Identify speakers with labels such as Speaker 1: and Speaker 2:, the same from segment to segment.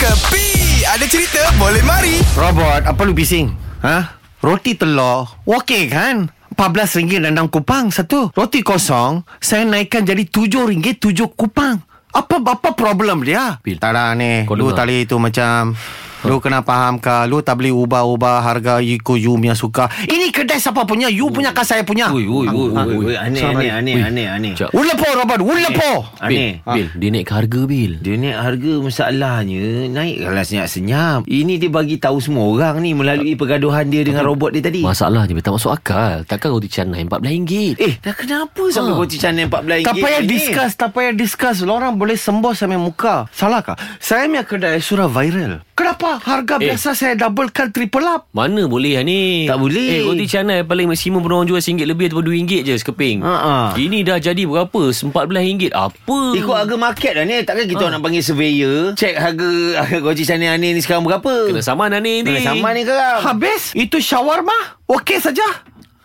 Speaker 1: Kepi Ada cerita boleh mari
Speaker 2: Robot, apa lu bising? Ha? Roti telur, okey kan? RM14 dan 6 kupang satu. Roti kosong, saya naikkan jadi RM7 7 kupang. Apa apa problem dia? Bil. Tak ada ni.
Speaker 3: Kau
Speaker 2: Lu
Speaker 3: dengar?
Speaker 2: tali itu macam Lu kena faham ke Lu tak boleh ubah-ubah harga Ikut you punya suka Ini kedai siapa punya You punya ke saya punya
Speaker 3: Ui, ui, ui,
Speaker 2: Ha,
Speaker 3: ui, ui.
Speaker 4: Weh, aneh, aneh, aneh, aneh, aneh.
Speaker 3: Sekejap. Ah.
Speaker 2: Ulepo Robert Ulepo
Speaker 3: Bil,
Speaker 4: Aneh.
Speaker 3: Bil, dia naik harga Bil.
Speaker 4: Dia naik harga masalahnya naik kelas senyap-senyap. Ini dia bagi tahu semua orang ni melalui pergaduhan dia dengan robot dia tadi.
Speaker 3: Masalahnya Bil tak masuk akal. Takkan roti canai RM14. Eh,
Speaker 4: Eh, dah kenapa
Speaker 3: Ha.
Speaker 4: sampai ha. roti canai RM14?
Speaker 2: Tak payah
Speaker 4: ni?
Speaker 2: discuss Tak payah discuss Lorang boleh sembuh sama muka Salah kah? Saya punya kedai surah viral Kenapa harga eh. biasa saya doublekan triple up
Speaker 3: mana boleh lah ni?
Speaker 4: Tak boleh.
Speaker 3: Eh, roti canai paling maksimum pun orang jual RM1 lebih ataupun RM2 je sekeping.
Speaker 4: Ha-ha.
Speaker 3: Ini dah jadi berapa? RM14. Apa?
Speaker 4: Ikut harga market lah ni. Takkan
Speaker 3: Ah.
Speaker 4: kita ha. nak panggil surveyor cek harga harga roti canai aneh ni sekarang berapa?
Speaker 3: Kena saman lah ni. Ha.
Speaker 4: Kena sama ni kerang.
Speaker 2: Habis Itu shawarma Okey saja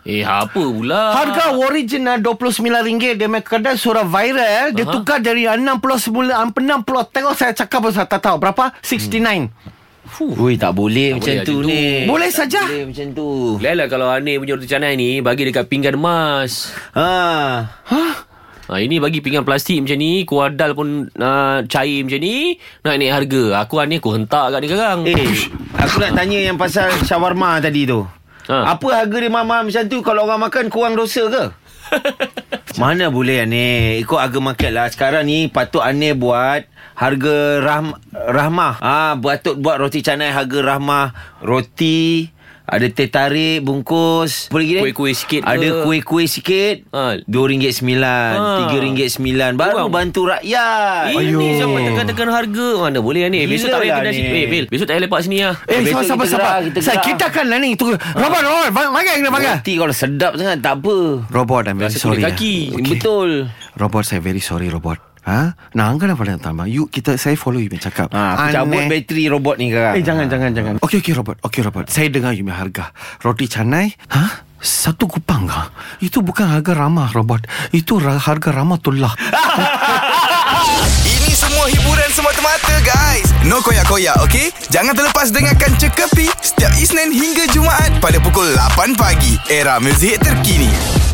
Speaker 3: Eh, apa pula?
Speaker 2: Harga original RM29 Dia punya kedai surah viral Dia
Speaker 3: Aha.
Speaker 2: tukar dari 69 60 ah, Tengok saya cakap pun saya tak tahu Berapa? 69
Speaker 3: Fuh.
Speaker 4: Ui, tak boleh
Speaker 3: Tak
Speaker 4: macam
Speaker 3: boleh macam
Speaker 4: tu
Speaker 3: tu.
Speaker 4: ni.
Speaker 2: Boleh
Speaker 4: tak
Speaker 2: saja.
Speaker 4: Boleh macam tu.
Speaker 3: Lelah lah kalau Anir punya roti canai ni bagi dekat pinggan emas.
Speaker 4: Ha.
Speaker 3: Ha, ini bagi pinggan plastik macam ni Kuadal pun uh, cair macam ni Nak naik harga Aku ni aku hentak kat ni sekarang
Speaker 4: Eh, aku nak tanya yang pasal shawarma tadi tu.
Speaker 3: Ha.
Speaker 4: Ha. Apa harga dia mahal-mahal macam tu kalau orang makan kurang dosa ke? Mana boleh Aneh Ikut harga market lah Sekarang ni Patut Aneh buat Harga rahm, rahmah Ah, ha, Patut buat roti canai Harga rahmah Roti Ada teh tarik Bungkus Apa lagi ni?
Speaker 3: Kuih-kuih sikit ke?
Speaker 4: Ada kuih-kuih sikit
Speaker 3: Ha.
Speaker 4: RM2.9
Speaker 3: Ha.
Speaker 4: RM3.9 Baru
Speaker 3: Kurang.
Speaker 4: bantu rakyat
Speaker 3: Ini sampai tekan-tekan harga Mana boleh ni
Speaker 4: Gila
Speaker 3: Besok tak payah
Speaker 4: lah
Speaker 3: kedai
Speaker 4: ni.
Speaker 3: sini Eh Bil Besok tak payah lepak sini lah
Speaker 2: Eh,
Speaker 4: Besok
Speaker 2: sabar, sabar,
Speaker 4: kita
Speaker 2: sabar.
Speaker 4: gerak, kita
Speaker 2: Saya
Speaker 4: gerak.
Speaker 2: kita kan lah ni. Tunggu. Robot, Robot. Makan kena makan.
Speaker 4: Roti kalau sedap sangat Tak apa
Speaker 2: Robot, I'm very
Speaker 3: Rasa kulit
Speaker 2: sorry. ah.
Speaker 3: kaki.
Speaker 4: okay. Betul
Speaker 2: Robot saya very sorry robot. Ha? Nah, angkat apa yang tambah? You kita saya follow you punya cakap.
Speaker 4: ha, Aku cabut bateri robot ni sekarang
Speaker 2: Eh jangan jangan jangan. Okey okey robot. Okey robot. Saya dengar you punya harga. Roti canai, ha? Satu kupang kah? Itu bukan harga ramah robot. Itu ra- harga ramah tullah.
Speaker 1: Ini semua hiburan semata-mata guys No koyak-koyak ok Jangan terlepas dengarkan Cekapi Setiap Isnin hingga Jumaat Pada pukul 8 pagi Era muzik terkini